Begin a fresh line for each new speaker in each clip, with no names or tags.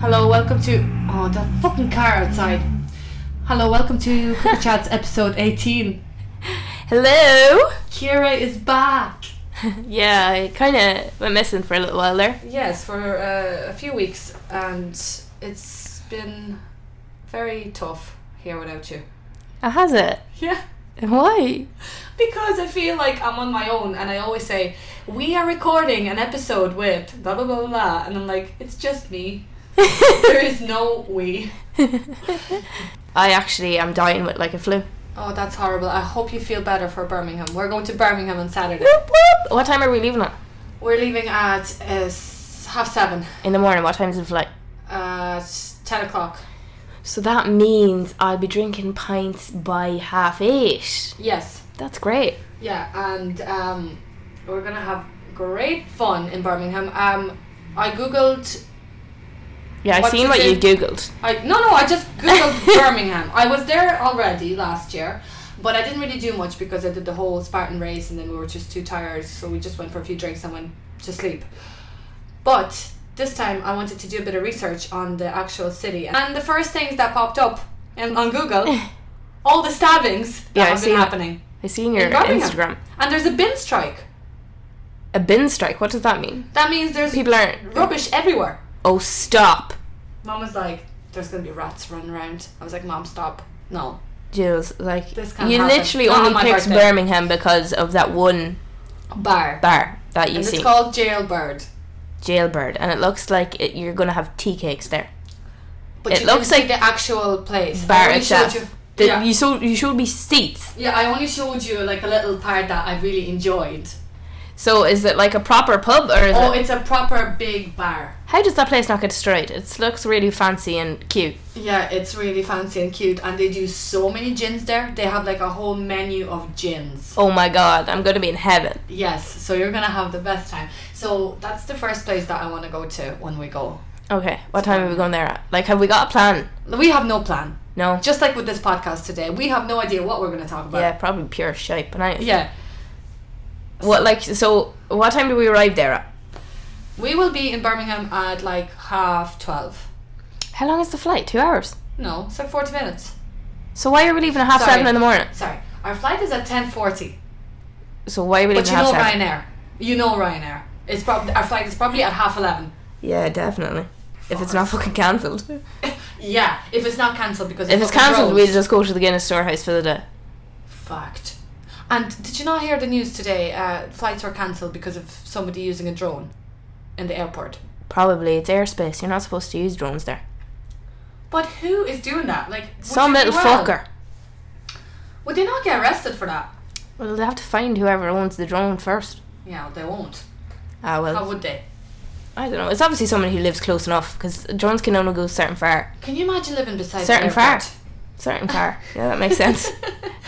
Hello, welcome to oh that fucking car outside. Hello, welcome to Cooker Chats episode eighteen.
Hello.
Kira is back.
Yeah, I kind of went missing for a little while there.
Yes, for uh, a few weeks, and it's been very tough here without you.
How Oh, has it?
Yeah.
Why?
Because I feel like I'm on my own, and I always say, We are recording an episode with blah blah blah blah, and I'm like, It's just me. there is no we.
I actually am dying with like a flu.
Oh, that's horrible. I hope you feel better for Birmingham. We're going to Birmingham on Saturday.
Whoop, whoop. What time are we leaving at?
We're leaving at uh, s- half seven,
In the morning, what time's the flight?
uh, s- 10 o'clock.
So that means I'll be drinking pints by half eight.
Yes,
That's great.
yeah, and um, we're gonna have great fun in Birmingham. Um, I googled.
Yeah, I've
What
seen
to
what
do?
you googled.
I no no. I just googled Birmingham. I was there already last year, but I didn't really do much because I did the whole Spartan race, and then we were just too tired, so we just went for a few drinks and went to sleep. But this time I wanted to do a bit of research on the actual city, and the first things that popped up in, on Google, all the stabbings that
Yeah, I
have
see
been
that.
happening,
I've seen your
In Birmingham.
Instagram.
and there's a bin strike.
A bin strike. What does that mean?
That means there's
People aren't.
rubbish everywhere.
Oh, stop,
Mom was like, "There's gonna be rats running around." I was like, "Mom, stop! No,
Jules. Like
This can't
you
happen.
literally
Not on
only
my
picked
birthday.
Birmingham because of that one
bar."
bar that you
And
see.
it's called Jailbird.
jailbird and it looks like it, you're gonna have tea cakes there
But
It
you didn't
looks
see
like
the actual place. I
bar
only showed
itself
you.
The-
yeah.
you so you showed me seats
yeah, I only showed you like a little part that I really enjoyed.
so is it like a proper pub or is
Oh,
it
it's a proper big bar.
how does that place not get destroyed it looks really fancy and cute
Yeah, it's really fancy and cute, and they do so many gins there. They have like a whole menu of gins.
oh my god i'm gonna be in heaven
Yes, so you're gonna have the best time. So that's the first place that I want to go to when we go.
okay what time are we going there at like have we got a plan
We have no plan.
no
Just like with this podcast today, we have no idea what we're gonna talk about.
yeah probably pure shite but I,
Yeah.
what like so what time do we arrive there at
We will be in Birmingham at like half twelve.
how long is the flight two hours
No, it's like forty minutes.
so why are we leaving at half
Sorry.
seven in the morning
Sorry, our flight is at ten forty.
so why are we leaving
But
at
you
half
know
seven
Ryanair. You know Ryanair. It's probably our flight is probably at half eleven.
yeah definitely if it's not fucking cancelled
Yeah, if it's not cancelled because
If
of
it's
fucking
cancelled,
roads.
we'll just go to the Guinness storehouse for the day.
fucked. And did you not hear the news today? Uh, flights were cancelled because of somebody using a drone in the airport.
Probably it's airspace. You're not supposed to use drones there.
But who is doing that? Like would
Some
you be
little
well?
fucker.
Would they not get arrested for that?
Well, they have to find whoever owns the drone first.
Yeah, they won't.
Ah,
How
well,
would they?
I don't know. It's obviously someone who lives close enough because drones can only go certain far.
Can you imagine living beside
Certain
the airport?
fact. Certain far. yeah, that makes sense.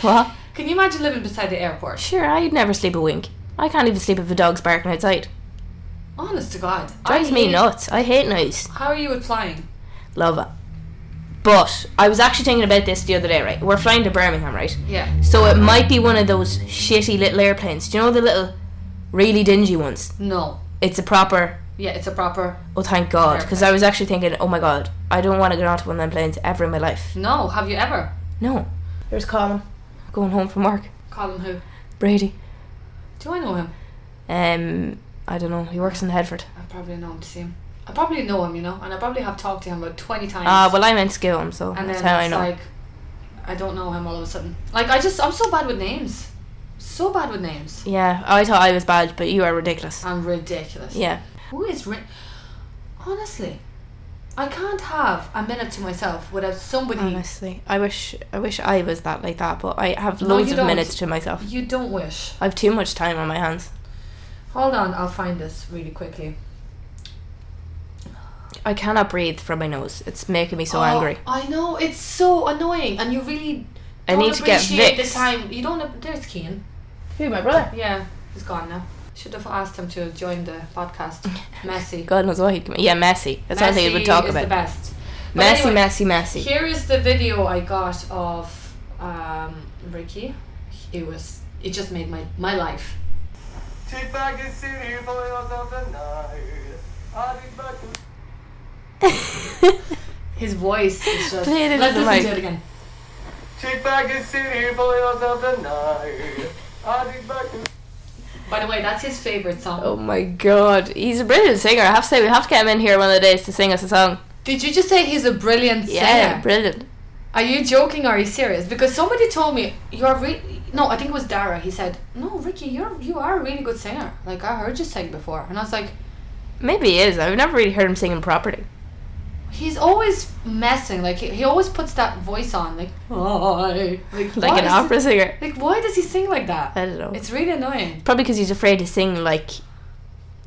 What?
Can you imagine living beside the airport?
Sure, I'd never sleep a wink. I can't even sleep if a dog's barking outside.
Honest to God.
Drives me
hate-
nuts. I hate noise.
How are you applying?
Love it. But I was actually thinking about this the other day, right? We're flying to Birmingham, right?
Yeah.
So it might be one of those shitty little airplanes. Do you know the little, really dingy ones?
No.
It's a proper.
Yeah, it's a proper.
Oh, thank God, because I was actually thinking, oh my God, I don't want to get onto one of them planes ever in my life.
No, have you ever?
No. There's Colin going home from work.
Colin who?
Brady.
Do I know him?
Um, I don't know. He works in Headford.
I probably know him to see him. I probably know him, you know, and I probably have talked to him about 20 times.
Ah, well, I meant to go him, so
and
that's
then
how I
it's
know.
like, I don't know him all of a sudden. Like, I just, I'm so bad with names. So bad with names.
yeah, I thought I was bad, but you are ridiculous.
I'm ridiculous.
Yeah.
Who is ri- Honestly, I can't have a minute to myself without somebody.
Honestly, I wish I wish I was that like that, but I have
No,
loads
you
of
don't.
minutes to myself.
You don't wish.
I have too much time on my hands.
Hold on, I'll find this really quickly.
I cannot breathe from my nose. It's making me so
Oh,
angry.
I know it's so annoying, and you really.
I
don't
need to get
appreciate
Vicks.
The time you don't. ap- There's Keen.
Who, my brother?
Yeah, he's gone now. Should have asked him to join the podcast. Messy.
God knows what he'd come. Yeah, Messi. That's all they would
Messi
talk
is The
about.
best. But
Messi,
anyway,
Messi, Messi.
Here is the video I got of um, Ricky. It was. It just made my my life.
Take back a city for yourself tonight. I'll be back to
His voice is just.
Play it into
Let's
the
listen
mic.
to it again.
Kick back and sit here for the rest of the night. I'll kick back and
By the way, that's his favorite song.
Oh my god, he's a brilliant singer. I have to say, we have to get him in here one of the days to sing us a song.
Did you just say he's a brilliant singer?
Yeah, brilliant.
Are you joking or are you serious? Because somebody told me you're re- no, I think it was Dara. He said, "No, Ricky, you're you are a really good singer. Like I heard you sing before." And I was like,
Maybe he is. I've never really heard him singing properly.
"He's always messing. Like he, he always puts that voice on, like "Hi." like
Like
why
an
is
opera singer.
it- like why does he sing like that?
I don't know. It's
It's really annoying.
probably because he's afraid to sing like,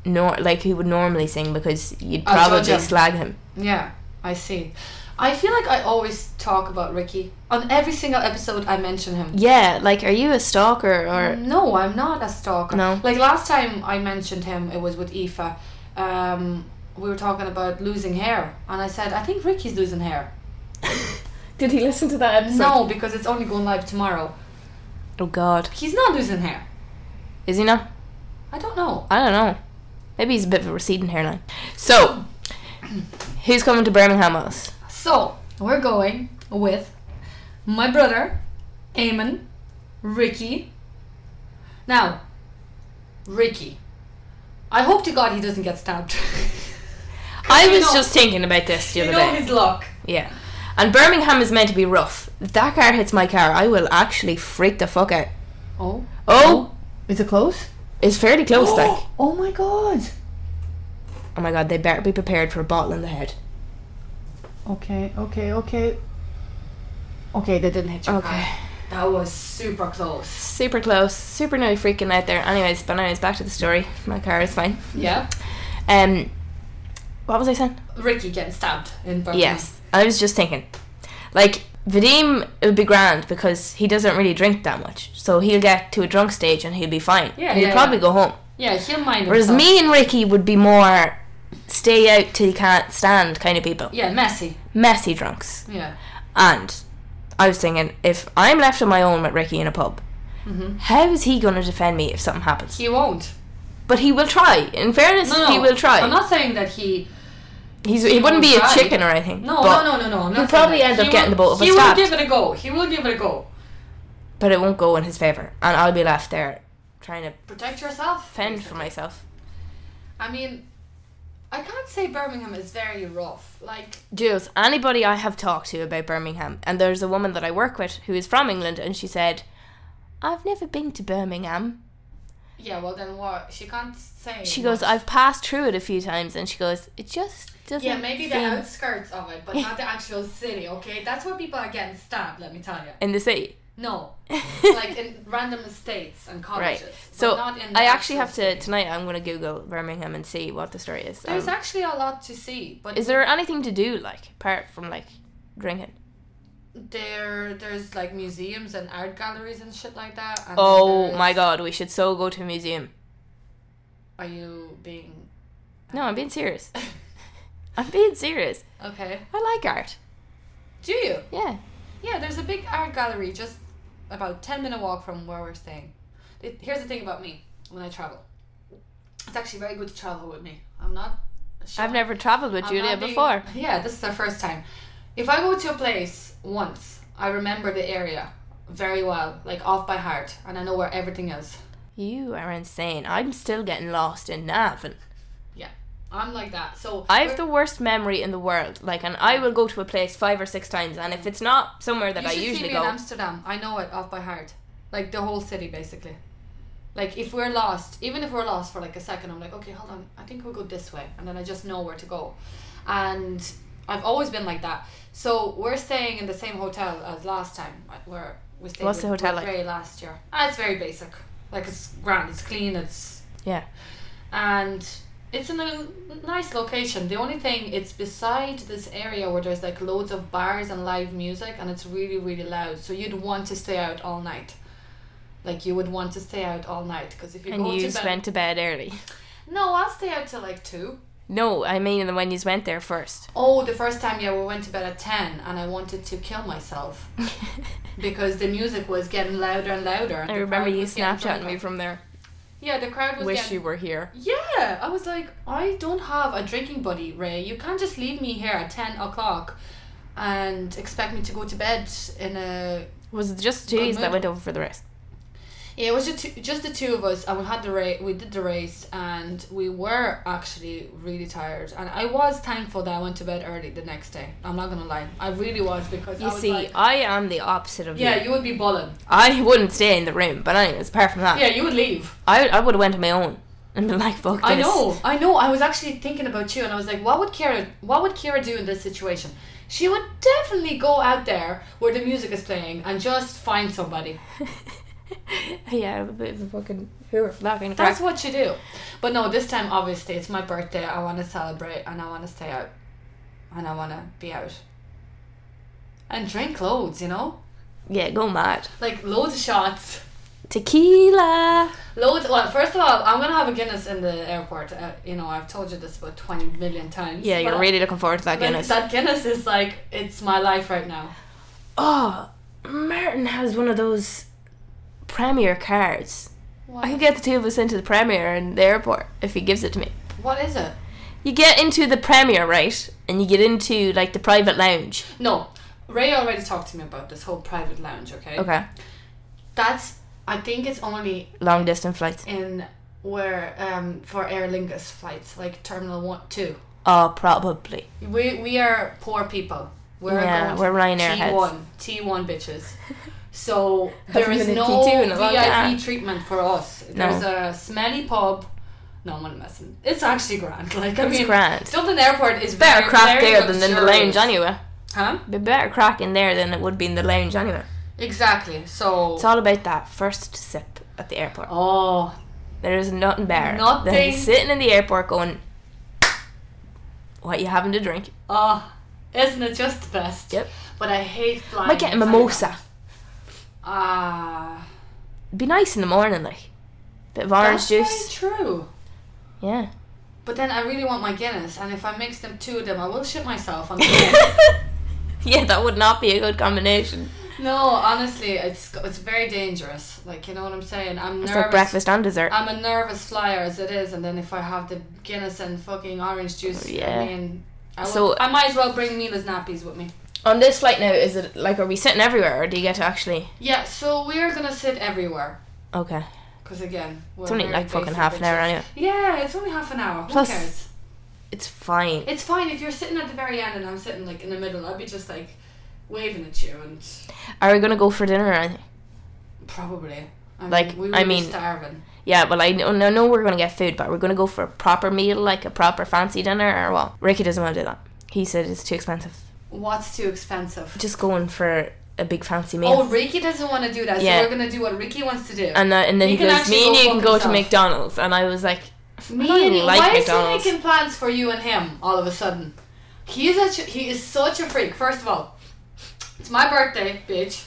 nor like he would normally sing because you'd
I'll judge
probably
him.
slag him.
Yeah, I see. I feel like I always talk about Ricky on every single episode. I mention him.
Yeah, like, are you a stalker or?
Um, No, I'm not a stalker.
No.
Like last time I mentioned him, it was with Aoife. Um, we were talking about losing hair, and I said I think Ricky's losing hair. Mm.
Did he listen to that episode?
No, because it's only going live tomorrow.
Oh God,
He's not losing hair.
is he not?
I don't know.
I don't know. Maybe he's a bit of a receding hairline. So, who's coming to Birmingham us?
So we're going with my brother, Eamon, Ricky. Now, Ricky. I hope to God he doesn't get stabbed.
I
You
was
know-
just thinking about this the
You
other
know
day.
his luck.
Yeah. And Birmingham is meant to be rough. If that car hits my car, I will actually freak the fuck out.
Oh,
Oh,
is it close?
it's fairly close, like.
Oh my God.
Oh my god, they better be prepared for a bottle in the head.
Okay, okay, okay. Okay, they didn't hit you.
Okay.
That was super close.
Super close, super nearly freaking out there. Anyways, but anyways, back to the story. My car is fine.
Yeah.
Um, what was I saying?
Ricky getting stabbed in Birmingham.
Yes, I was just thinking, like Vadim, it would be grand because he doesn't really drink that much, so he'll get to a drunk stage and he'll be fine.
Yeah,
he'll
yeah,
probably
yeah.
go home.
Yeah, he'll mind
Whereas
himself.
me and Ricky would be more stay out till you can't stand kind of people,
Yeah, messy.
messy drunks.
Yeah.
And I was thinking, if I'm left on my own with Ricky in a pub,
Mhm.
how is he going to defend me if something happens?
He won't.
But he will try. In fairness,
No, no.
he will try.
I'm not saying that he.
He's, he
he
wouldn't
will
be
try.
a chicken or anything.
No,
but,
no, no, no, no. I'm not
he'll
saying
probably
that.
end
He
up getting
will-
the both of us
He
stabbed.
will give it a go. He will give it a go.
But it won't go in his favour. And I'll be left there trying to
Protect yourself.
fend for myself.
I mean, I can't say Birmingham is very rough. Like,
Jules, anybody I have talked to about Birmingham, and there's a woman that I work with who is from England, and she said, I've never been to Birmingham.
yeah. Well, then what? She can't say.
She goes, I've passed through it a few times, and she goes, it just doesn't.
Yeah, maybe the
seem
outskirts of it, but not the actual city, okay? That's where people are getting stabbed, let me tell you.
in the city.
No. like in random estates and colleges.
Right.
but
So
not in the
I
actual
actually have to
city.
tonight. I'm going to Google Birmingham and see what the story is.
There's
Um,
actually a lot to see, but
is there anything to do like apart from like drinking?
there there's like museums and art galleries and shit like that. And
Oh
there's-
my god, we should so go to a museum.
Are you being
No, I'm being serious. I'm being serious.
okay?
I like art.
Do you?
Yeah.
Yeah, there's a big art gallery just about 10 minute walk from where we're staying. It, here's the thing about me when I travel. It's actually very good to travel with me. I'm not shy.
I've never traveled with
I'm
Julia
not being-
before.
Yeah, this is our first time. If I go to a place once, I remember the area very well, like off by heart, and I know where everything is.
You are insane. I'm still getting lost in Navan.
I'm like that. So
I have
we're-
the worst memory in the world. Like, and I will go to a place five or six times, and if it's not somewhere that
you
I
should see
usually
me
go,
in Amsterdam. I know it off by heart, like the whole city basically. Like if we're lost, even if we're lost for like a second, I'm like, okay, hold on, I think we'll go this way, and then I just know where to go. And I've always been like that. So we're staying in the same hotel as last time. uh, Where we stayed.
What's
with
the hotel
with
like?
Ray last year. Ah, it's very basic. Like it's grand. It's clean. It's
Yeah.
And it's in a nice location. The only thing it's beside this area where there's like loads of bars and live music, and it's really really loud. So you'd want to stay out all night. Like you would want to stay out all night because if you
and
go
you
to bed.
went to bed early.
No, I'll stay out till like two.
No, I mean when you went there first.
Oh, the first time, yeah, we went to bed at 10 and I wanted to kill myself because the music was getting louder and louder.
I remember you Snapchatting me from there.
yeah, the crowd was
Wish
getting-
you were here.
Yeah, I was like, I don't have a drinking buddy, Ray. You can't just leave me here at 10 o'clock and expect me to go to bed in a.
Was it just
Good
Jay's that
mood.
went over for the rest?
Yeah, it was just, two, just the two of us, and we had the race. We did the race, and we were actually really tired. And I was thankful that I went to bed early the next day. I'm not gonna lie, I really was because I
You
was
see,
like,
I am the opposite of
yeah,
you.
you would be balling.
I wouldn't stay in the room, but anyways, apart from that,
Yeah, you would leave.
I, I would have went on my own and been like, fuck
I
this.
know, I know. I was actually thinking about you, and I was like, what would Kira, what would Kira do in this situation? She would definitely go out there where the music is playing and just find somebody.
yeah, I'm a bit of a fucking hooer for that kind of
That's
crap.
what you do. But no, this time obviously it's my birthday. I want to celebrate and I want to stay out, and I want to be out and drink loads. You know,
Yeah, go mad.
like loads of shots.
Tequila.
Loads. Well, first of all, I'm gonna have a Guinness in the airport. Uh, you know, I've told you this about twenty million times.
Yeah,
but
you're
I-
really looking forward to
Like,
that Guinness.
That Guinness is like it's my life right now.
oh, Martin has one of those premier cards. I could get the two of us into the premier in the airport if he gives it to me.
What is it?
You get into the premier, right? And you get into like the private lounge.
No, Ray already talked to me about this whole private lounge. Okay.
Okay.
That's I think it's only
Long distance flights.
in where um for Aer Lingus flights like Terminal One Two.
Oh, probably.
We we are poor people. We're
Yeah,
going
we're Ryanair
T one T one bitches. So there
Haven't
is
been in
no
T2 in a long time.
VIP treatment for us.
No.
There's a smelly pub. No, I'm not messing. It's actually grand. Like I
It's
mean,
grand.
Dublin Airport is
Better
very,
crack
very
there than in the
luxurious.
lounge anyway.
Huh?
Be better crack in there than it would be in the lounge anyway.
Exactly. So.
It's all about that first sip at the airport.
oh,
There is nothing better
Nothing.
than sitting in the airport going, "What you having to drink?"
oh, isn't it just the best?
Yep.
But I hate flying.
Might get a
inside.
mimosa.
Ah,
Be nice in the morning, like bit of orange
that's
juice.
Very true.
Yeah.
But then I really want my Guinness, and if I mix them two of them, I will shit myself. On the plane.
yeah, that would not be a good combination.
no, honestly, it's it's very dangerous. Like you know what I'm saying? I'm
It's
nervous. Uh,
like breakfast and dessert.
I'm a nervous flyer as it is, and then if I have the Guinness and fucking orange juice,
Oh, Yeah.
I mean, I, will,
So-
I might as well bring Mila's nappies with me.
On this flight now, is it like are we sitting everywhere, or do you get to actually?
Yeah, so we're gonna sit everywhere.
Okay,
Because again, we're
it's only
very
like fucking
basic
half an hour
bitches.
anyway.
Yeah, it's only half an hour. Who
Plus-
cares?
It's fine.
It's fine if you're sitting at the very end and I'm sitting like in the middle. I'd be just like waving at you and
Are we gonna go for dinner or anything?
probably. I
Like,
mean, we would
I
be
mean-
starving.
Yeah, well, I know, I know we're gonna get food, but we're gonna go for a proper meal, like a proper fancy dinner, or what? Ricky doesn't want to do that. He said it's too expensive.
What's too expensive?
Just going for a big fancy meal.
Oh, Ricky doesn't want to do that,
Yeah.
so we're gonna do what Ricky wants to do.
and, uh, and then
He
he
can
goes,
actually
me
go
and you
fuck
can go to
himself."
McDonald's. And I was like,
Me
don't
and
like
why
McDonald's.
is he making plans for you and him all of a sudden? He is a, he is such a freak. First of all, it's my birthday, bitch.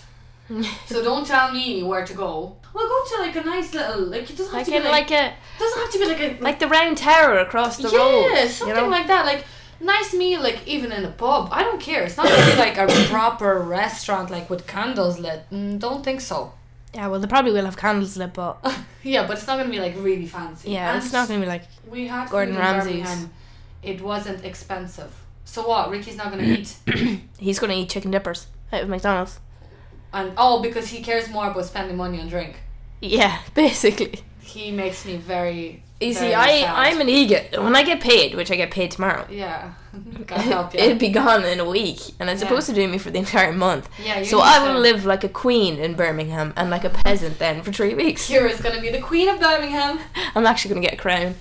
So don't tell me where to go. Well, go to like a nice little like it doesn't have
like
to be
in
like,
like a
doesn't have to be like a
like the round tower across the
yeah
road. you
something
know?
like that like nice meal like even in a pub. I don't care. It's not gonna be like a proper restaurant like with candles lit. Mm, don't think so.
Yeah, well, they probably will have candles lit, but
Oh, yeah, but it's not gonna be like really fancy.
yeah,
And
it's not gonna be like
We had Gordon
Gordon
food
Ramsay's.
Ramsay's. It wasn't expensive. So what? Ricky's not gonna eat,
he's gonna eat chicken dippers out of McDonald's.
and oh, because he cares more about spending money on drink.
Yeah, basically.
He makes me very.
You see,
very
I
sad.
I'm an egot. When I get paid, which I get paid tomorrow,
Yeah. God help you.
it'd be gone in a week, and it's
Yeah.
supposed to do me for the entire month.
yeah. You
So
need
I will
to-
live like a queen in Birmingham and like a peasant then for three weeks.
Kira's gonna be the queen of Birmingham.
I'm actually gonna get a crown.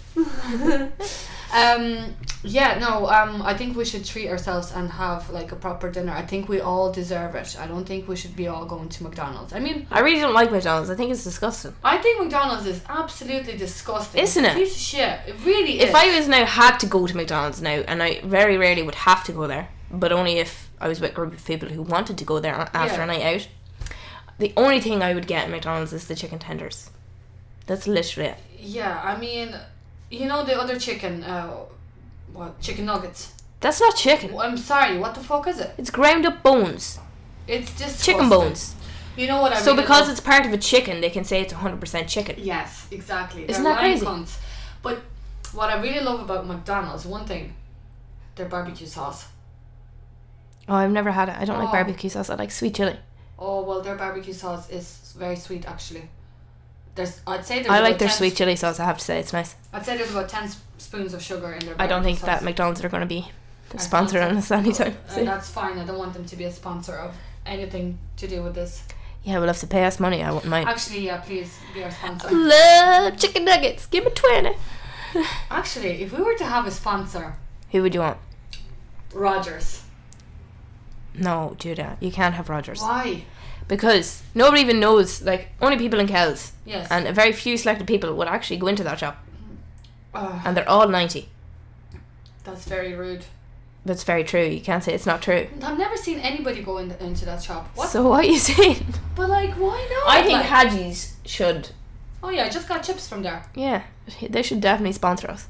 um. Yeah. No. Um. I think we should treat ourselves and have like a proper dinner. I think we all deserve it. I don't think we should be all going to McDonald's. I mean,
I really don't like McDonald's. I think it's disgusting.
I think McDonald's is absolutely disgusting.
Isn't it?
Piece of shit. It really is.
If I was now had to go to McDonald's now, and I very rarely would have to go there, but only if I was with a group of people who wanted to go there a- after
Yeah.
a night out. The only thing I would get at McDonald's is the chicken tenders. That's literally it.
Yeah, I mean, you know the other chicken, uh, what chicken nuggets?
That's not chicken.
Well, I'm sorry, what the fuck is it?
It's ground up bones,
It's just
chicken bones.
You know what I
So
mean?
because it's part of a chicken, they can say it's 100% chicken.
Yes, exactly.
Isn't
They're
that
lying
crazy?
Cunts. But what I really love about McDonald's, one thing, their barbecue sauce.
Oh, I've never had it. I don't
Oh.
like barbecue sauce. I like sweet chili.
Oh well, their barbecue sauce is very sweet actually. There's, I'd say there's
I
about
like their
10
sweet chili sauce. I have to say it's nice.
I'd say there's about ten sp- spoons of sugar in their.
I don't
barbecue
think that
sauce.
McDonald's are going to be
Our
sponsored on us anytime
And
soon.
that's fine. I don't want them to be a sponsor of anything to do with this.
Yeah, we'll have to pay us money. I wouldn't mind.
Actually, yeah, please be our sponsor.
Love chicken nuggets. Give me 20.
Actually, if we were to have a sponsor,
Who would you want?
Rogers.
No, Judah. You can't have Rogers.
Why?
Because nobody even knows, like, only people in Kells
Yes.
and a very few selected people would actually go into that shop.
Ugh,
And they're all 90.
that's very rude.
That's very true. You can't say it's not true.
I've never seen anybody go in into that shop. What?
So what are you saying?
but like, why not?
I think
Like-
Hadji's should.
oh yeah, I just got chips from there.
Yeah, they should definitely sponsor us.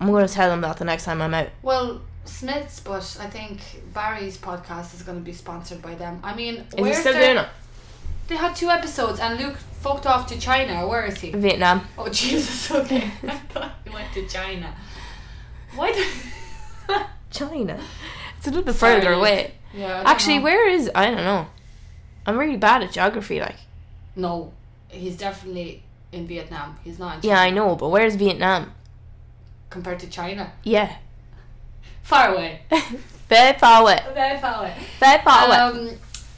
I'm going to tell them that the next time I'm out.
Well, Smiths, but I think Barry's podcast is going to be sponsored by them. I mean,
Is he
where's
still
their-
doing it?
They had two episodes, and Luke fucked off to China. Where is he?
Vietnam.
Oh Jesus! Okay, I thought he went to China. Why? Do-
China. It's a little bit
Sorry.
further away.
yeah. I don't
Actually,
know.
where is. I don't know. I'm really bad at geography, like.
No, he's definitely in Vietnam. He's not in China
Yeah, I know, but where's Vietnam?
compared to China.
Yeah.
Far away.
Very far away.
Very far away.
Very far away.
Um,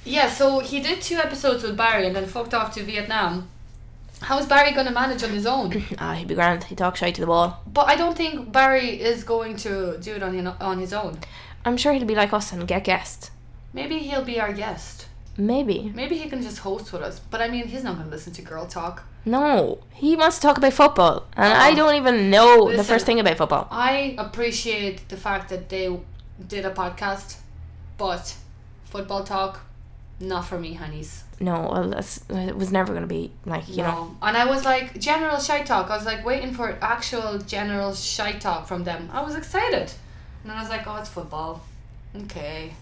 yeah. So he did two episodes with Barry, and then fucked off to Vietnam. How is Barry gonna manage on his own?
Ah, he'd be grand. He'd talk shy to the wall.
But I don't think Barry is going to do it on his, on his own.
I'm sure he'll be like us and get guests.
Maybe he'll be our guest.
Maybe.
Maybe he can just host with us. But I mean, he's not going to listen to girl talk.
No. He wants to talk about football. And
Oh.
I don't even know the
Listen.
first thing about football.
I appreciate the fact that they did a podcast, but football talk, not for me, honeys.
No, well, that's, it was never going to be like, you know.
No. And I was like, general shy talk. I was like waiting for actual general shy talk from them. I was excited. And then I was like, oh, it's football. Okay.
Yeah,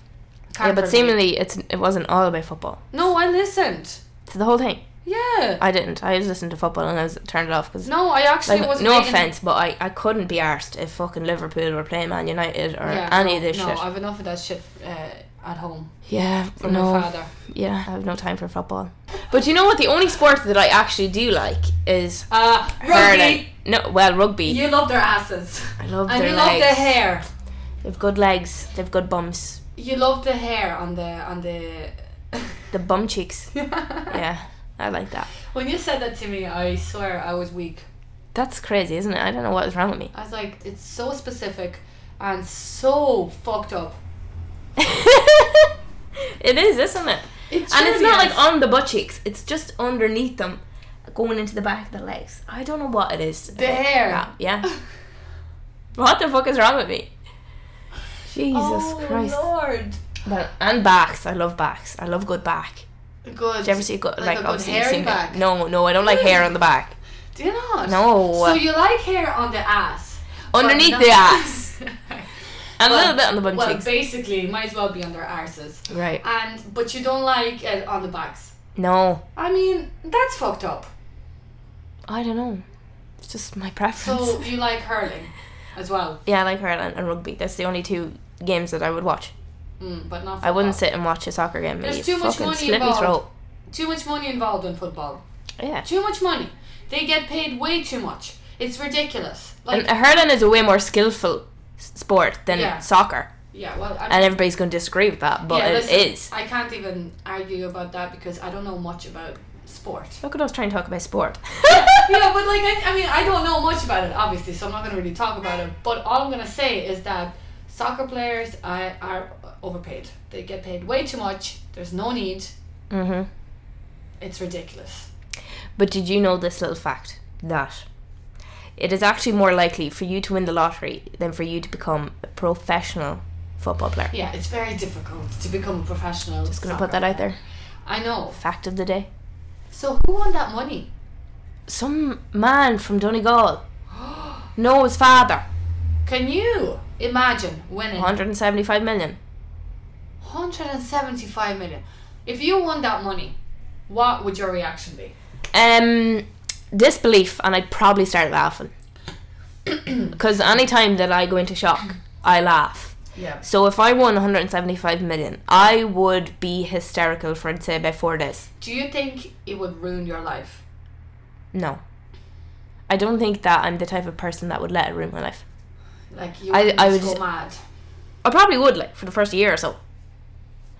Can't
but
for me.
seemingly it's, it wasn't all about football.
No, I listened.
To the whole thing.
Yeah.
I didn't. I was listening to football and I was turned it off because.
No, I actually
Like,
wasn't.
no
waiting-
offense, but I, I couldn't be arsed if fucking Liverpool were playing Man United or
Yeah,
any
no,
of this
no,
shit.
I've enough of that shit uh, at home
yeah,
from
no.
my father.
Yeah, I have no time for football. But you know what? The only sport that I actually do like is
Uh,
hurling.
rugby.
No, well, rugby.
You love their asses.
I love
And
their
you love
legs.
the hair.
They've good legs. They've good bums.
You love the hair on the on the.
The bum cheeks. Yeah, I like that.
When you said that to me, I swear I was weak.
That's crazy, isn't it? I don't know what is wrong with me.
I was like, it's so specific and so fucked up.
it is, isn't it?
It
and it's
surely
not
is.
like oh, on the butt cheeks. It's just underneath them, going into the back of the legs. I don't know what it is.
The hair.
Yeah. yeah. what the fuck is wrong with me? Jesus
oh
Christ.
Lord.
But and backs, I love backs. I love good back.
Good.
Did you ever see good
Like
like,
a good
obviously
hairy
you've seen
back?
Good. No, no, I don't like hair on the back.
Do you not?
No.
So you like hair on the ass. but
Underneath
not-
the ass. And
Well,
a little bit on the bum
well,
cheeks.
basically, might as well be on their arses.
right.
and but you don't like it on the backs.
No.
I mean, that's fucked up.
I don't know. It's just my preference.
So you like hurling as well,
yeah, I like hurling and rugby. That's the only two games that I would watch.
mm, but not. Football.
I wouldn't sit and watch a soccer game.
There's
You
too much
fucking
money
slit me
involved.
throat.
Too much money involved in football.
Yeah.
Too much money. They get paid way too much. It's ridiculous. Like
And uh, hurling is a way more skillful s- sport than
Yeah.
soccer.
yeah, well, I
And everybody's going to disagree with that, but
yeah,
it is.
listen, I can't even argue about that because I don't know much about sport.
Look at us trying to talk about sport.
yeah, but like I, I mean, I don't know much about it, obviously, so I'm not gonna really talk about it. But all I'm gonna say is that soccer players I, are overpaid. They get paid way too much. There's no need.
hmm
It's ridiculous.
But did you know this little fact that it is actually more likely for you to win the lottery than for you to become a professional football player?
Yeah, it's very difficult to become a professional.
Just gonna put that out there.
I know.
Fact of the day.
So who won that money?
Some man from Donegal know his father.
Can you imagine winning
175 million.
175 million? If you won that money, what would your reaction be?
Um, disbelief, and I'd probably start laughing. Because anytime that I go into shock, I laugh.
Yeah.
So if I won 175 million, I would be hysterical for I'd say about four days.
Do you think it would ruin your life?
No. I don't think that I'm the type of person that would let it ruin my life.
Like you
I-
would
I
just
would-
go mad.
I probably would, like, for the first year or so.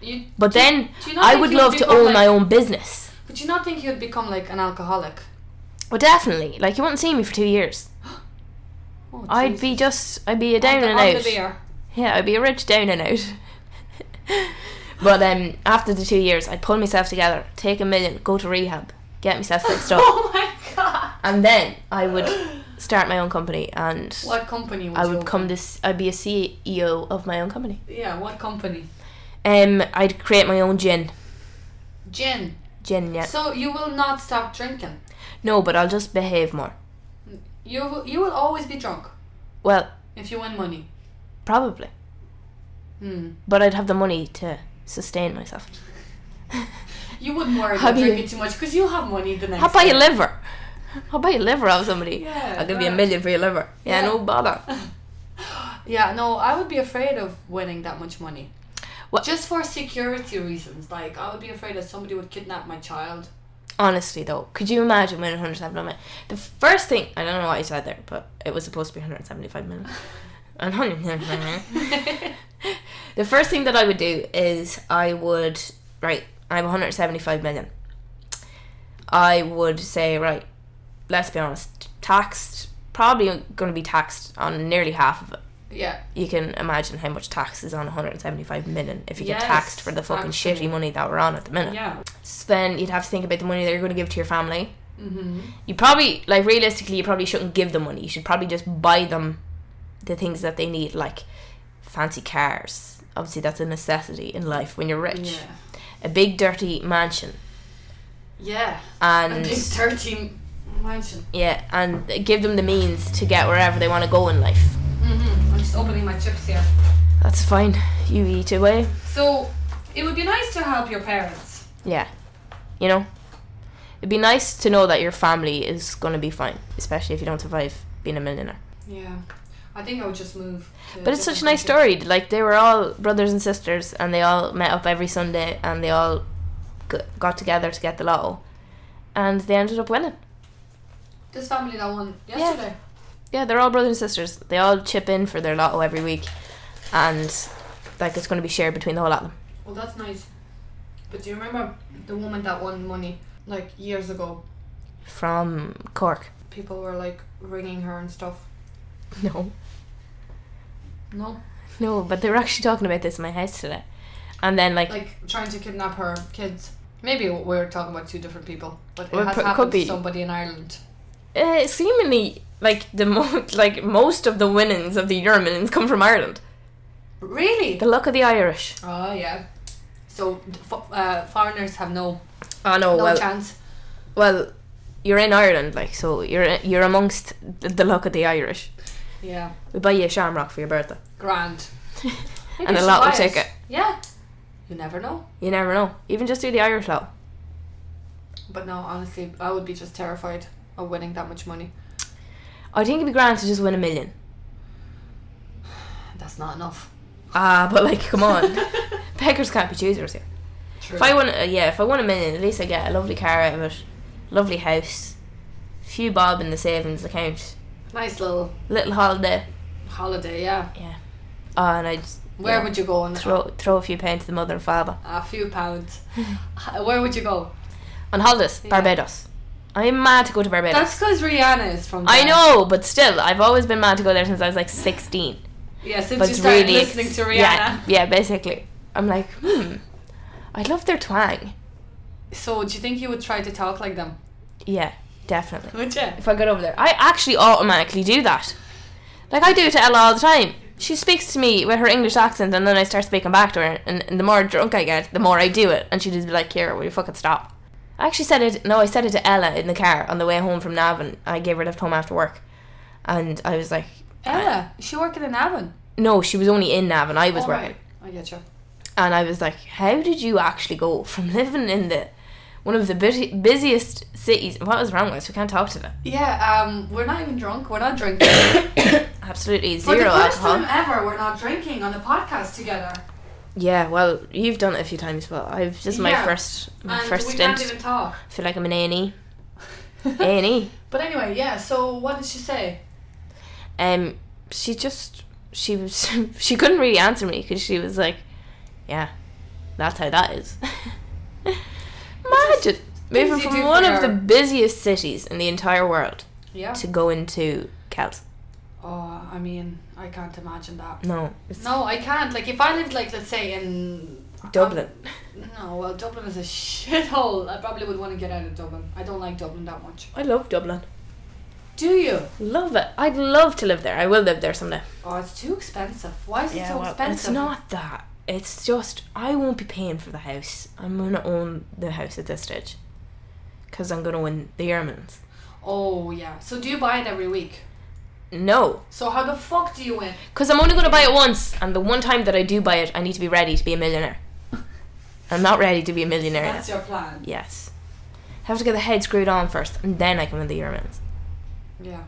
You,
But
do you-
then
do you not
I
think
would
you would
love to
become
own
like-
my own business.
But you not think you'd become like an alcoholic?
Well, definitely. Like, you wouldn't see me for two years.
Oh,
I'd
jeez.
be just, I'd be a
On
down
the-
and
on
out.
the beer.
Yeah, I'd be a rich down and out. but um, after the two years, I'd pull myself together, take a million, go to rehab, get myself fixed up,
Oh my god!
and then I would start my own company and
What company would
I
you
would
open?
come this. I'd be a CEO of my own company.
Yeah, what company?
Um, I'd create my own gin.
Gin.
Gin, yeah.
So you will not stop drinking.
No, but I'll just behave more.
You will, you will always be drunk
Well,
if you win money.
probably,
Hmm.
but I'd have the money to sustain myself.
You wouldn't worry
How
about
do you-
drinking too much because you'll have money the next.
How about
day.
your liver? How about your liver out of somebody?
Yeah,
I'll give you a
right.
million for your liver. Yeah,
Yeah.
no bother.
Yeah, no, I would be afraid of winning that much money.
What-
Just for security reasons, like I would be afraid that somebody would kidnap my child.
Honestly, though, could you imagine winning 175 million? The first thing I don't know what I said there, but it was supposed to be 175 million. And 175 million. the first thing that I would do is I would right. I have 175 million. I would say right. Let's be honest. Taxed, probably going to be taxed on nearly half of it.
Yeah,
You can imagine how much tax is on 175 million if you
Yes,
get taxed for the fucking
actually.
shitty money that we're on at the minute.
yeah.
So then you'd have to think about the money that you're going to give to your family
Mm-hmm.
you probably like realistically you probably shouldn't give them money you should probably just buy them the things that they need like fancy cars obviously that's a necessity in life when you're rich
Yeah.
a big dirty mansion
Yeah. A
and
big dirty mansion.
yeah and give them the means to get wherever they want to go in life
Mm-hmm. I'm just opening my chips here.
that's fine you eat away
So it would be nice to help your parents.
yeah you know it'd be nice to know that your family is going to be fine especially if you don't survive being a millionaire
Yeah. I think I would just move. to a
But it's such a
different
nice story. Like they were all brothers and sisters, and they all met up every Sunday, and they all g- got together to get the lotto, and they ended up winning.
country. This family that won yesterday.
Yeah, they're all brothers and sisters. They all chip in for their lotto every week, and like it's going to be shared between the whole lot of them.
Well, that's nice. But do you remember the woman that won money like years ago?
From Cork.
People were like ringing her and stuff.
No,
No.
no, but they were actually talking about this in my house today, and then like,
Like trying to kidnap her kids. Maybe we're talking about two different people, but it
Well,
has
pro- could
happened to
be.
somebody in Ireland.
uh, seemingly like the mo- like most of the winnings of the Euro Millions come from Ireland.
Really?
The luck of the Irish.
Oh yeah. So f- uh, foreigners have no
Oh no,
no
well,
chance.
Well, you're in Ireland, like so you're you're amongst the, the luck of the Irish.
Yeah.
We buy you a shamrock for your birthday
Grand. Maybe
and
you
a
should
lotto
buy it.
ticket.
Yeah. You never know.
You never know. Even just do the Irish lotto.
But no, honestly, I would be just terrified of winning that much money.
I think it'd be grand to just win a million.
That's not enough.
Ah, but like, come on, beggars can't be choosers here.
True.
If I won, uh, yeah, if I won a million, at least I get a lovely car out of it, lovely house, few bob in the savings account,
nice little
little holiday.
holiday, yeah.
Oh, and I'd
Where
yeah,
would you go on
throw throw a few pounds to the mother and father
a few pounds? H- Where would you go?
on holidays.
Yeah.
Barbados. I'm mad to go to Barbados.
That's because Rihanna is from.
I
there.
know, but still, I've always been mad to go there since I was like 16.
Yeah, since
But
you
it's
started
really.
listening to Rihanna.
Yeah, yeah, basically. I'm like, hmm, I love their twang.
So do you think you would try to talk like them?
Yeah, definitely.
Would you?
If I got over there, I actually automatically do that. Like, I do it to Ella all the time. She speaks to me with her English accent, and then I start speaking back to her. And, and the more drunk I get, the more I do it. And she just be like, "Here, will you fucking stop?" I actually said it. No, I said it to Ella in the car on the way home from Navan. I gave her a lift home after work, and I was like,
Ella, is she working in Avon?
No, she was only in Nav and I was
All
working.
right. I get you.
and I was like, "How did you actually go from living in the one of the busy, busiest cities? What was wrong with us? We can't talk to them.
Yeah, um, we're not even drunk. We're not drinking.
Absolutely
For the
zero
first
alcohol.
time ever, we're not drinking on a podcast together.
Yeah, well, you've done it a few times, but I've this is my
Yeah.
first my
and
first
we
stint.
can't even talk.
I feel like I'm an A and E. A and E.
But anyway, yeah, so what did she say?
Um, she just she was she couldn't really answer me because she was like, "Yeah, that's how that is." Imagine moving
you do
from
for
one of the
your-
busiest cities in the entire world
Yeah.
to go into Kels.
Oh, I mean, I can't imagine that.
No, it's
No, I can't. Like, if I lived, like, let's say in um,
Dublin.
no, well, Dublin is a shithole. I probably would want to get out of Dublin. I don't like Dublin that much.
I love Dublin.
Do you?
Love it. I'd love to live there. I will live there someday.
Oh, it's too expensive. Why is it so expensive?
It's not that. It's just I won't be paying for the house. I'm gonna own the house at this stage, cause I'm gonna win the Yeomans.
Oh yeah. So do you buy it every week?
No,
So how the fuck do you win?
cause I'm only gonna buy it once, and the one time that I do buy it, I need to be ready to be a millionaire. I'm not ready to be a millionaire
That's
yet.
your plan.
Yes, I have to get the head screwed on first, and then I can win the Yeomans.
Yeah.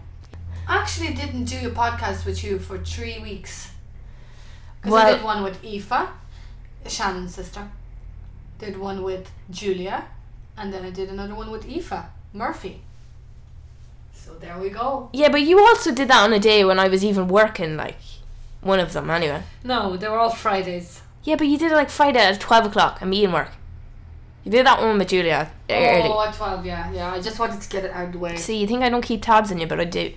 I actually didn't do a podcast with you for three weeks. Because I
Well-
did one with Aoife, Shannon's sister. Did one with Julia, and then I did another one with Aoife, Murphy. So there we go.
Yeah, but you also did that on a day when I was even working, like one of them anyway.
No, they were all Fridays.
Yeah, but you did it like Friday at twelve o'clock. I'm eating work. You did that one with Julia early.
Oh, at 12, yeah, yeah. I just wanted to get it out of the way.
See, you think I don't keep tabs on you, but I do.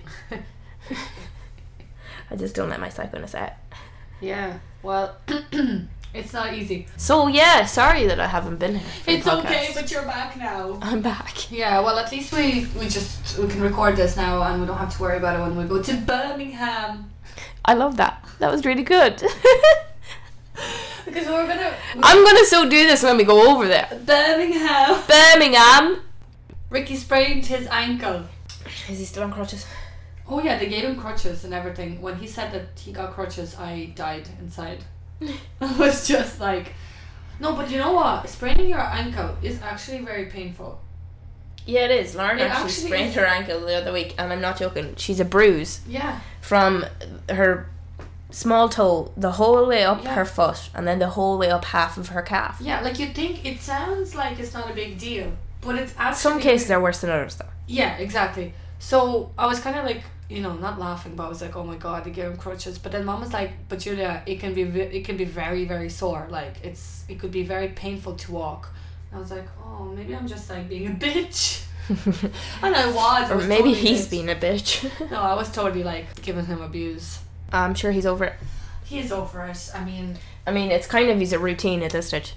I just don't let my psychoness out.
yeah, well, it's not easy.
So yeah, sorry that I haven't been here. for the
It's okay,
podcast.
but you're back now.
I'm back.
Yeah, well, at least we we just we can record this now, and we don't have to worry about it when we go to Birmingham
I love that. That was really good.
because we're gonna
I'm gonna so do this when we go over there.
Birmingham.
Birmingham.
Ricky sprained his ankle.
Is he still on crutches?
Oh yeah, they gave him crutches and everything. When he said that he got crutches, I died inside. I was just like, no, but you know what? Spraining your ankle is actually very painful.
Yeah, it is. Lauren
It
actually,
actually
sprained
is.
her ankle the other week, and I'm not joking. She's a bruise
Yeah,
from her small toe the whole way up
Yeah.
her foot, and then the whole way up half of her calf.
yeah. Like you think it sounds like it's not a big deal, but it's actually
Some cases are worse than others, though.
Yeah, exactly. So I was kind of like, you know, not laughing, but I was like, oh my god, they gave him crutches. But then mom was like, but Julia, it can be ve- it can be very very sore. Like it's it could be very painful to walk. And I was like, oh, maybe I'm just like being a bitch. And I was. I
or
was
maybe
totally
he's
bitch.
being a bitch.
No, I was totally like giving him abuse.
I'm sure he's over it.
He's over it. I mean,
I mean, it's kind of he's a routine at this stage.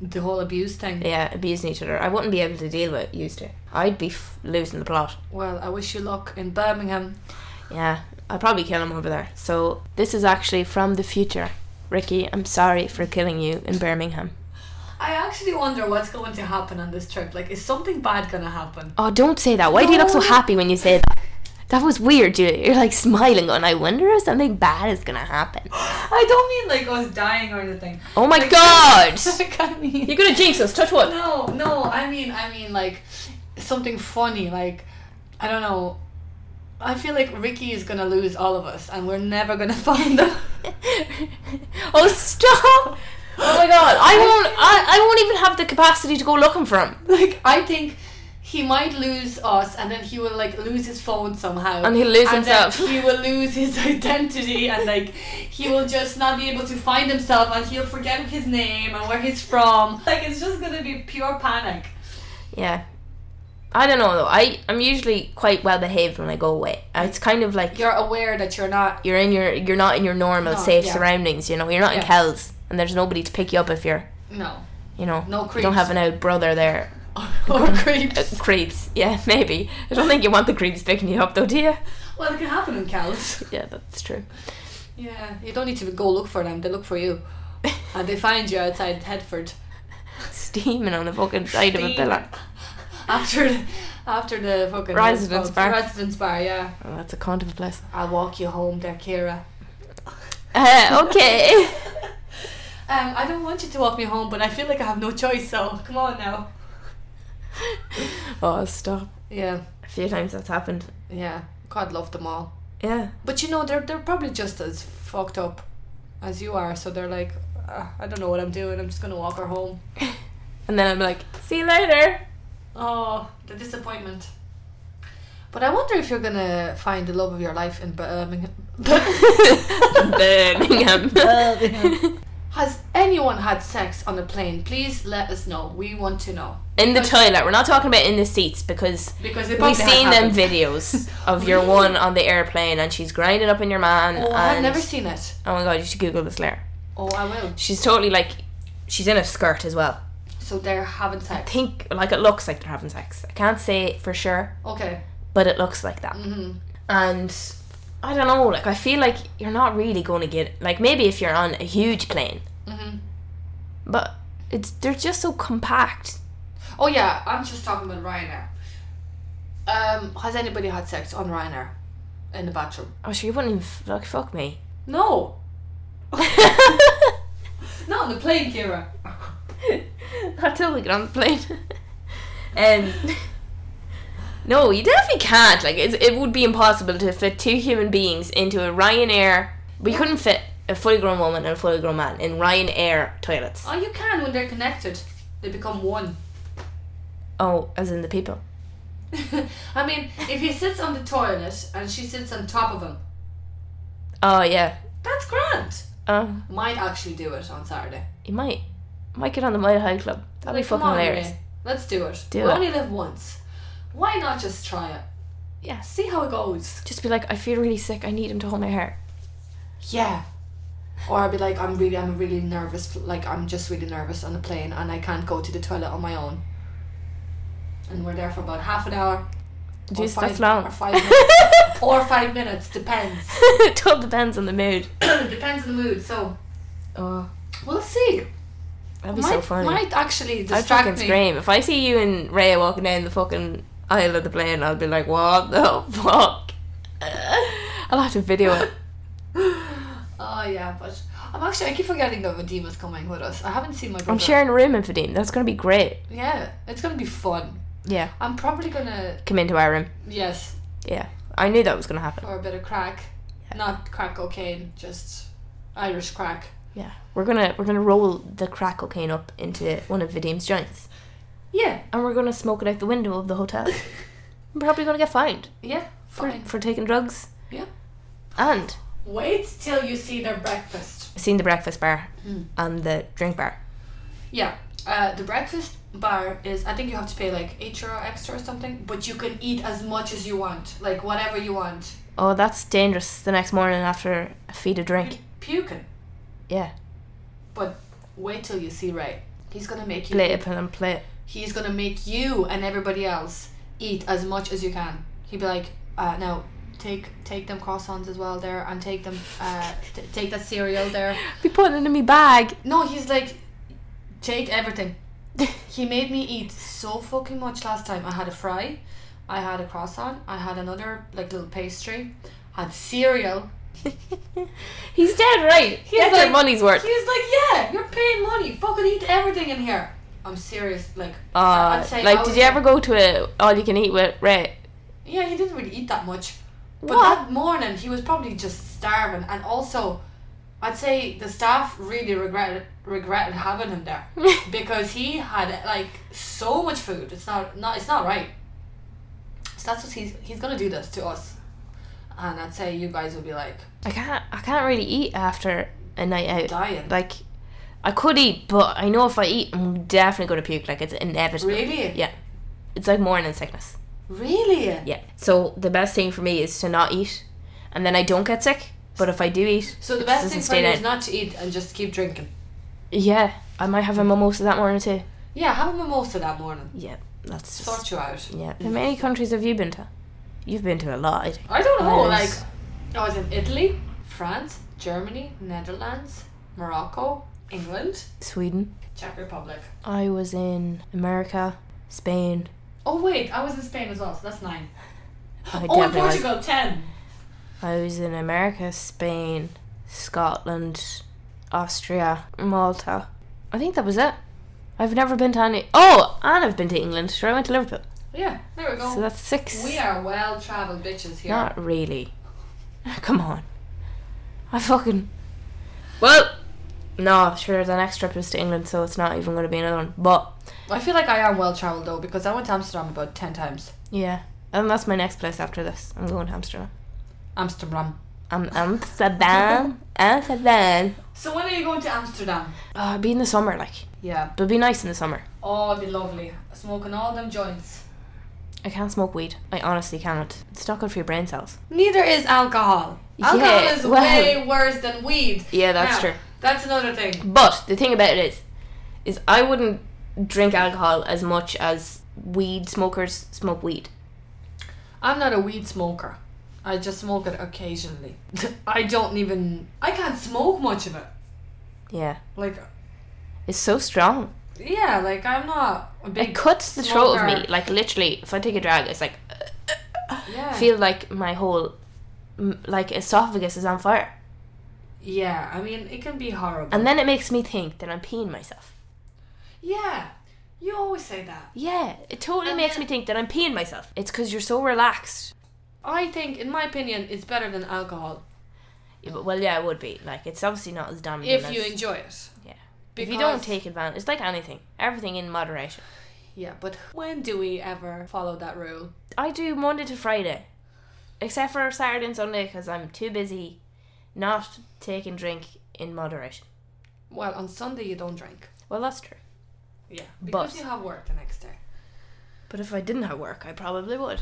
the whole abuse thing.
Yeah, abusing each other. I wouldn't be able to deal with it, used to. I'd be f- losing the plot.
Well, I wish you luck in Birmingham.
Yeah, I'd probably kill him over there. So this is actually from the future. Ricky, I'm sorry for killing you in Birmingham.
I actually wonder what's going to happen on this trip. Like, is something bad gonna happen?
Oh, don't say that. Why do you look so
No.
happy when you say that? That was weird, Julia. You're like smiling, and I wonder if something bad is gonna happen.
I don't mean like us dying or anything.
Oh my
Like,
god!
Like, I mean,
You're gonna jinx us. Touch wood.
no, no. I mean, I mean, like something funny. Like I don't know. I feel like Ricky is gonna lose all of us, and we're never gonna find them.
oh stop! Oh my god! I won't. I, I won't even have the capacity to go looking for him.
Like I think he might lose us, and then he will like lose his phone somehow,
And he'll lose
and then
himself.
he will lose his identity, and like he will just not be able to find himself, and he'll forget his name and where he's from. Like it's just gonna be pure panic.
Yeah. I don't know though. I I'm usually quite well behaved when I go away. It's kind of like
You're aware that you're not
you're in your you're not in your normal
No,
safe
yeah.
surroundings. You know, you're not in
Yeah.
Kells, and there's nobody to pick you up if you're
No.
you know
No
you don't
creeps.
have an old brother there.
or
Uh,
creeps.
creeps, yeah, maybe. I don't think you want the creeps picking you up though, do you?
Well, it can happen in cows.
Yeah, that's true.
Yeah, you don't need to go look for them. They look for you, and they find you outside Headford
Steaming on the fucking side of a
Steam.
pillar.
after the, after the fucking
Residence
oh,
bar.
Residence bar, yeah.
Oh, that's a kind of a place.
I'll walk you home there, Kira.
Uh, okay.
Um, I don't want you to walk me home, but I feel like I have no choice. So come on now.
Oh, stop.
Yeah,
A few times that's happened.
yeah. God love them all.
Yeah.
But you know, they're they're probably just as fucked up as you are. So they're like, "Ah, I don't know what I'm doing. I'm just gonna walk her home.
And then I'm like, see you later.
Oh, the disappointment. But I wonder if you're gonna find the love of your life in Birmingham.
Birmingham.
Has anyone had sex on a plane? Please let us know. We want to know
In the
Because-
toilet. We're not talking about in the seats because
because it probably
we've
has
seen them
happened.
videos of your one on the airplane and she's grinding up in your man.
Oh,
and,
I've never seen it.
Oh my god, you should Google this later.
Oh, I will.
She's totally like, she's in a skirt as well.
So they're having
I
sex.
think like it looks like they're having sex. I can't say it for sure,
Okay.
but it looks like that.
hmm
And I don't know. Like I feel like you're not really going to get like maybe if you're on a huge plane,
hmm
but it's they're just so compact.
Oh yeah, I'm just talking about Ryanair. Um, has anybody had sex on Ryanair in the bathroom?
Oh, sure, you wouldn't even f- like fuck me.
No, not on the plane, Kira.
Not till we get on the plane. um, no, you definitely can't. Like it's, it would be impossible to fit two human beings into a Ryanair. But you couldn't fit a fully grown woman and a fully grown man in Ryanair toilets.
Oh, you can when they're connected. They become one.
Oh, as in the people.
I mean, if he sits on the toilet and she sits on top of him,
Oh yeah.
that's grand.
Um,
Might actually do it on Saturday.
you might might get on the Mile High Club. That'd
Like,
be
come
fucking
on,
hilarious.
Renee. Let's do it.
Do
we
it.
only live once. Why not just try it?
Yeah.
See how it goes.
Just be like, I feel really sick. I need him to hold my hair.
Yeah. Or I'd be like, I'm really, I'm really nervous. Like, I'm just really nervous on the plane, and I can't go to the toilet on my own. And we're there for about half an hour,
Jeez,
five-
that's long.
or five minutes. or five minutes depends.
it all depends on the mood.
depends on the mood. So
Oh,
we'll see.
that'd be
might,
so funny.
Might actually
I'd
distract
fucking
me.
scream. If I see you and Ray walking down the fucking aisle of the plane, I'll be like, what the fuck? I'll have to video it.
Oh yeah, but I'm actually I keep forgetting that Vadima's coming with us. I haven't seen my brother.
I'm sharing a room in Fadim. That's going to be great.
Yeah, it's gonna be fun.
Yeah.
I'm probably gonna
Come into our room.
yes
Yeah. I knew that was going to happen.
for a bit of crack, not crack cocaine, just Irish crack.
Yeah. We're going to we're going to roll the crack cocaine up into one of Vadim's joints.
Yeah,
And we're going to smoke it out the window of the hotel. I'm probably going to get fined
yeah,
for,
fine.
for taking drugs.
Yeah.
And
Wait till you see their breakfast.
seeing the breakfast bar
Mm.
and the drink bar.
Yeah, uh, the breakfast bar is. I think you have to pay like eight euro extra or something, but you can eat as much as you want, like whatever you want.
Oh, that's dangerous the next morning after a feed of drink.
Puking.
Yeah.
But wait till you see Ray. He's gonna make you.
Plate upon and plate.
he's gonna make you and everybody else eat as much as you can. He'd be like, uh, now take take them croissants as well there, and take them uh, t- take that cereal there.
Be putting it in me bag.
No, he's like, take everything. He made me eat so fucking much last time. I had a fry, I had a croissant, I had another like little pastry, had cereal.
He's dead right. He's
He's
Get
like-
your money's
He
worth.
was like, yeah, you're paying money. Fucking eat everything in here. I'm serious. Like, I-
Uh,
I'd say I
like,
was
did you ever go to a all you can eat with Ray?
Yeah, he didn't really eat that much. But
What?
that morning, he was probably just starving, and also, I'd say the staff really regretted regretted having him there because he had like so much food. It's not not it's not right. So that's what he's he's gonna do this to us, and I'd say you guys will be like
I can't. I can't really eat after a night out.
dying.
Like, I could eat, but I know if I eat, I'm definitely gonna puke. Like, it's inevitable.
Really,
Yeah. It's like morning sickness.
really.
Yeah. So the best thing for me is to not eat, and then I don't get sick. But if I do eat,
So the
it
best
doesn't
thing for
stay
you
down.
is not to eat and just keep drinking.
yeah, I might have a mimosa that morning too.
Yeah, have a mimosa that morning.
Yeah, that's just
Sort you out.
Yeah. How many countries have you been to? You've been to a lot. I think.
I don't know. Like,
Yes.
I was in Italy, France, Germany, Netherlands, Morocco, England,
Sweden.
Czech Republic.
I was in America, Spain.
Oh wait, I was in Spain as well, so that's nine.
I
oh, in
definitely was.
Portugal, ten.
I was in America, Spain, Scotland. Austria, Malta. I think that was it. I've never been to any. Oh, and I've been to England. Sure, I went to Liverpool.
Yeah, there we go.
So that's six.
we are well travelled bitches here.
Not really. Come on. I fucking. Well, no, sure, the next trip is to England, so it's not even going to be another one. But,
I feel like I am well travelled though because I went to Amsterdam about 10 times.
yeah. And that's my next place after this. I'm going to Amsterdam.
Amsterdam.
Um, Amsterdam. Amsterdam.
So when are you going to Amsterdam?
Oh, it'd be in the summer, like.
Yeah.
But it'd be nice in the summer.
Oh, it'd be lovely. Smoking all them joints.
I can't smoke weed. I honestly cannot. It's not good for your brain cells.
Neither is alcohol. Alcohol
Yeah,
is
well-
way worse than weed.
Yeah, that's
Now,
true.
That's another thing.
But the thing about it is, is I wouldn't drink alcohol as much as weed smokers smoke weed.
I'm not a weed smoker. I just smoke it occasionally. I don't even. I can't smoke much of it.
Yeah.
Like,
It's so strong.
yeah, like I'm not a big.
It cuts the throat of
smoker.
me. Like literally, if I take a drag, it's like
Yeah.
I feel like my whole m- like esophagus is on fire,
yeah, I mean, it can be horrible.
and then it makes me think that I'm peeing myself.
yeah, you always say that.
Yeah, it totally
And
makes
then-
me think that I'm peeing myself. It's because you're so relaxed.
I think, in my opinion, it's better than alcohol
Yeah, but- well, yeah, it would be like it's obviously not as damaging.
if you
as-
enjoy it.
Yeah. if you don't
Because-
take advantage, it's like anything, everything in moderation.
Yeah, but when do we ever follow that rule?
I do Monday to Friday, except for Saturday and Sunday because I'm too busy, not taking drink in moderation.
Well, on Sunday you don't drink.
Well, that's true.
Yeah, because
But-
you have work the next day.
But if I didn't have work, I probably would.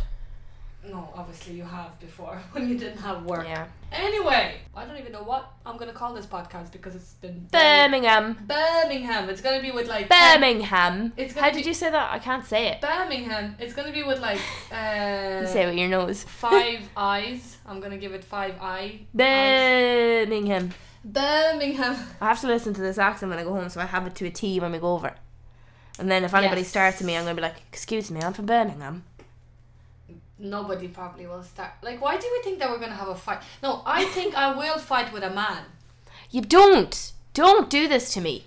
No, obviously you have before when you didn't have work.
Yeah.
Anyway, I don't even know what I'm gonna call this podcast because it's been
Birmingham.
Birmingham. It's gonna be with like
Birmingham.
It's gonna
How did you say that? I can't say it.
Birmingham. It's gonna be with like uh,
You say it with your nose.
five eyes. I'm gonna give it five eye. eyes.
Birmingham.
Birmingham.
I have to listen to this accent when I go home, so I have it to a T when we go over. And then if anybody
Yes.
starts at me, I'm going to be like, excuse me, I'm from Birmingham.
Nobody probably will start. Like, why do we think that we're gonna have a fight? No, I think I will fight with a man.
You don't. Don't do this to me.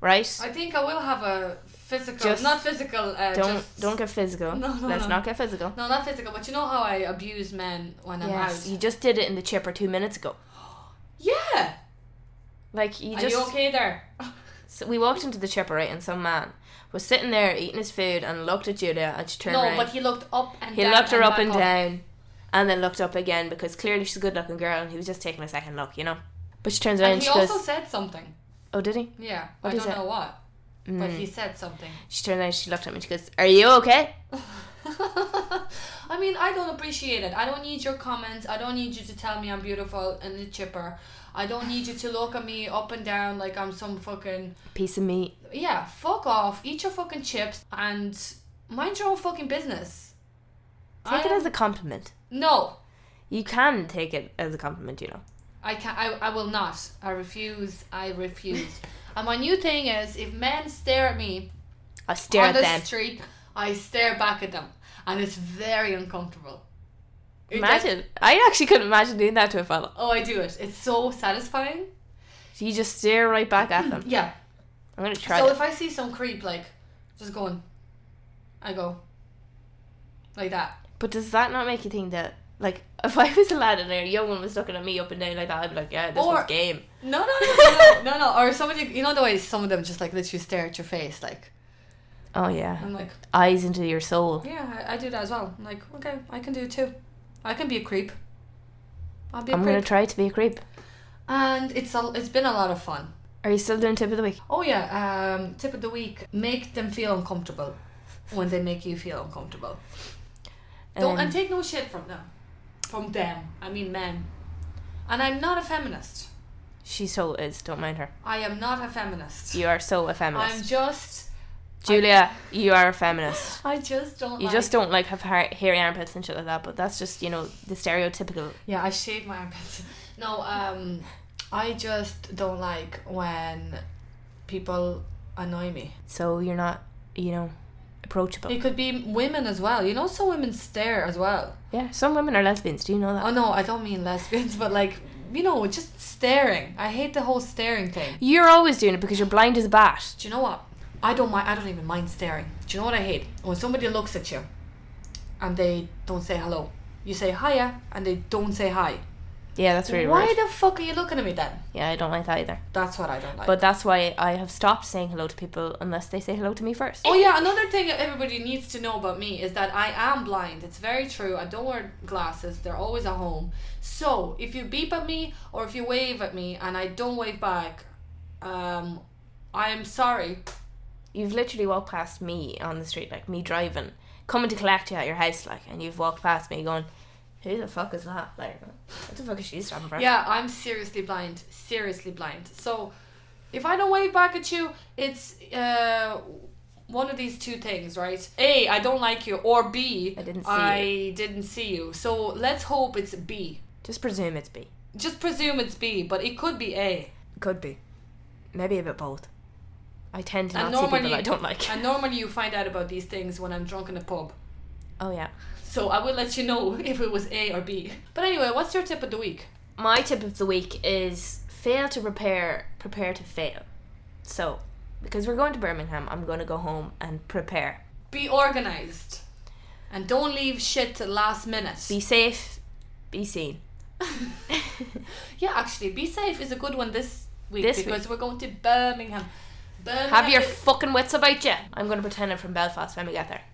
Right?
I think I will have a physical,
Just
not physical. Uh,
don't
just,
don't get physical.
No, no,
Let's
no.
not get physical.
No, not physical. But you know how I abuse men when I'm
Yes.
out.
You just did it in the chipper two minutes ago.
Yeah.
Like, you
Are
just.
you okay there?
So we walked into the chipper, right, and some man was sitting there eating his food and looked at Julia and she turned
no,
around.
but he looked up and
he
down
looked her up
back
and down and then looked up again because clearly she's a good looking girl and he was just taking a second look, you know? But she turns around
And,
and,
he
she
also
goes,
said something.
Oh, did he?
Yeah,
What
I
is
don't
it?
know what, but
Mm.
he said something.
She turned around and she looked at me and she goes, Are you okay?
I mean, I don't appreciate it. I don't need your comments. I don't need you to tell me I'm beautiful and a chipper. I don't need you to look at me up and down like I'm some fucking
Piece of meat.
yeah. Fuck off. Eat your fucking chips and mind your own fucking business.
Take it
am-
as a compliment.
no.
You can take it as a compliment, you know.
I can I, I will not. I refuse. I refuse. and my new thing is if men stare at me
I stare
on
at
the
them.
street, I stare back at them. And it's very uncomfortable. It does-
Imagine. I actually couldn't imagine doing that to a fella.
oh I do it. It's so satisfying.
So you just stare right back at them.
Yeah.
I'm gonna try
so
it.
if I see some creep like just going I go. Like that.
But does that not make you think that, like, if I was a lad and a young one was looking at me up and down like that, I'd be like, yeah, this
Or-
was game.
No no no no no, no no. Or somebody you know the way some of them just like literally stare at your face like
Oh, yeah.
I'm like
Eyes into your soul.
Yeah, I, I do that as well. I'm like, okay, I can do it too. I can be a creep. I'll be a
I'm
creep.
going to try to be a creep.
and it's a, it's been a lot of fun.
Are you still doing tip of the week?
Oh yeah, um, tip of the week: make them feel uncomfortable when they make you feel uncomfortable. Don't
Um,
and take no shit from them. From them, I mean men. And I'm not a feminist.
she so is. Don't mind her.
I am not a feminist.
You are so a
I'm
feminist,
just,
Julia. you are a feminist.
I just don't.
You
like-
just don't like have hair, hairy armpits and shit like that. But that's just you know the stereotypical.
Yeah, I shave my armpits. No, um, I just don't like when people annoy me.
So you're not you know approachable.
It could be women as well. You know, some women stare as well.
Yeah, some women are lesbians. Do you know that?
Oh no, I don't mean lesbians, but like you know, just staring. I hate the whole staring thing.
You're always doing it because you're blind as a bat.
Do you know what? I don't mind. I don't even mind staring. Do you know what I hate? When somebody looks at you, and they don't say hello. You say hiya, and they don't say hi.
Yeah, that's really
Why
rude.
the fuck are you looking at me then?
Yeah, I don't like that either.
That's what I don't like.
But that's why I have stopped saying hello to people unless they say hello to me first.
Oh yeah, another thing that everybody needs to know about me is that I am blind. It's very true. I don't wear glasses. They're always at home. So if you beep at me or if you wave at me and I don't wave back, um, I am sorry.
You've literally walked past me on the street, like me driving, coming to collect you at your house, like, and you've walked past me going, "Who the fuck is that? Like, what the fuck is she stopping for?"
Yeah, I'm seriously blind. Seriously blind. So if I don't wave back at you, it's uh one of these two things, right? A, I don't like you, or B,
I didn't see
I
you.
didn't see you. So let's hope it's B.
Just presume it's B.
Just presume it's B, but it could be A.
Could be, maybe a bit both. I tend to
And
not see people
normally-
I don't like.
And normally you find out about these things when I'm drunk in a pub.
oh yeah.
So I will let you know if it was A or B. But anyway, what's your tip of the week?
my tip of the week is fail to prepare, prepare to fail. So, because we're going to Birmingham, I'm going to go home and prepare.
Be organized. And don't leave shit to last minute.
Be safe, be seen.
yeah, actually, be safe is a good one this week
This
because we're going to Birmingham. Birmingham
Have your
is-
fucking wits about you. I'm going to pretend I'm from Belfast when we get there.